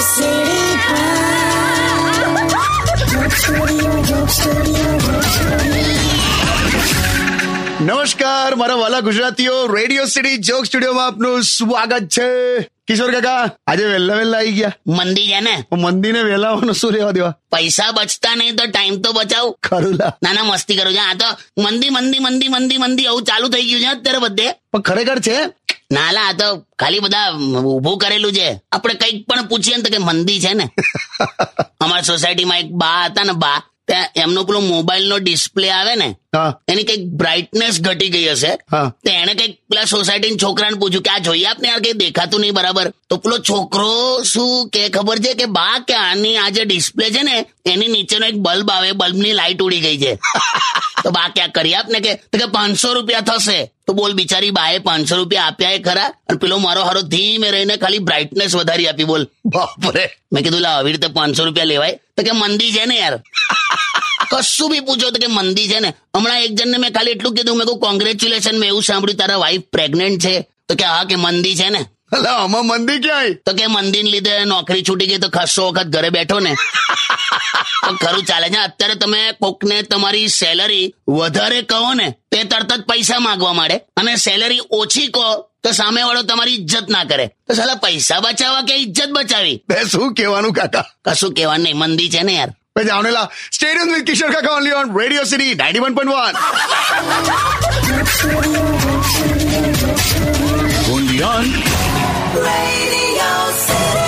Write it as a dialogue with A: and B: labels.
A: સીડી
B: નમસ્કાર મારા વાલા ગુજરાતીઓ રેડિયો સિટી જોક સ્ટુડિયોમાં આપનું સ્વાગત છે કિશોર કાકા આજે વહેલા વહેલા આવી ગયા
C: મંદી છે ને
B: મંદીને વહેલા આવવાનું શું રહેવા દેવા
C: પૈસા બચતા નહીં તો ટાઈમ તો બચાવ
B: ખરુલા
C: ના ના મસ્તી કરું છું આ તો મંદી મંદી મંદી મંદી મંદી આવું ચાલુ થઈ ગયું છે અત્યારે બધે
B: પણ ખરેખર છે
C: ના લા આ તો ખાલી બધા ઊભું કરેલું છે આપણે કંઈક પણ પૂછીએ ને તો કે મંદી છે ને અમારી સોસાયટીમાં એક બા હતા ને બા ત્યાં એમનો પેલો મોબાઈલ નો ડિસ્પ્લે આવે ને
B: હા
C: એની કઈક બ્રાઇટનેસ ઘટી ગઈ હશે
B: હા.
C: તો એને કઈક પેલા સોસાયટી છોકરાને પૂછ્યું કે આ જોઈએ આપને યાર કઈ દેખાતું નહીં બરાબર તો પેલો છોકરો શું કે ખબર છે કે બા કે આની આ જે ડિસ્પ્લે છે ને એની નીચેનો એક બલ્બ આવે બલ્બની લાઇટ ઉડી ગઈ છે તો બા કે આ કરી આપને કે તો કે પાંચસો રૂપિયા થશે તો બોલ બિચારી બાએ પાંચસો રૂપિયા આપ્યા એ ખરા અને પેલો મારો હારો ધીમે રહીને ખાલી બ્રાઇટનેસ વધારી આપી બોલ
B: બાપરે
C: મેં કીધું લા આવી રીતે પાંચસો રૂપિયા લેવાય તો કે મંદી છે ને યાર કશું બી પૂછો તો કે મંદી છે ને હમણાં એક જણને મેં ખાલી એટલું કીધું મેં કહું કોંગ્રેચ્યુલેશન મેં એવું સાંભળ્યું તારા વાઈફ પ્રેગ્નેન્ટ છે તો કે હા કે મંદી છે ને
B: અલા આમાં મંદી ક્યાંય
C: તો કે મંદીને લીધે નોકરી છૂટી ગઈ તો ખસ્સો વખત ઘરે બેઠો ને તો ખરું ચાલે છે અત્યારે તમે કોકને તમારી સેલરી વધારે કહો ને તે તરત જ પૈસા માંગવા માંડે અને સેલરી ઓછી કહો તો સામેવાળો તમારી ઇજ્જત ના કરે તો સાલા પૈસા બચાવવા કે ઇજ્જત બચાવી
B: બે શું કહેવાનું કાકા
C: કશું કહેવાનું નહીં મંદી છે ને યાર
B: બે જાવનેલા સ્ટેડિયમ વિથ કિશોર કાકા only on Radio City ninety one point one
A: Radio City.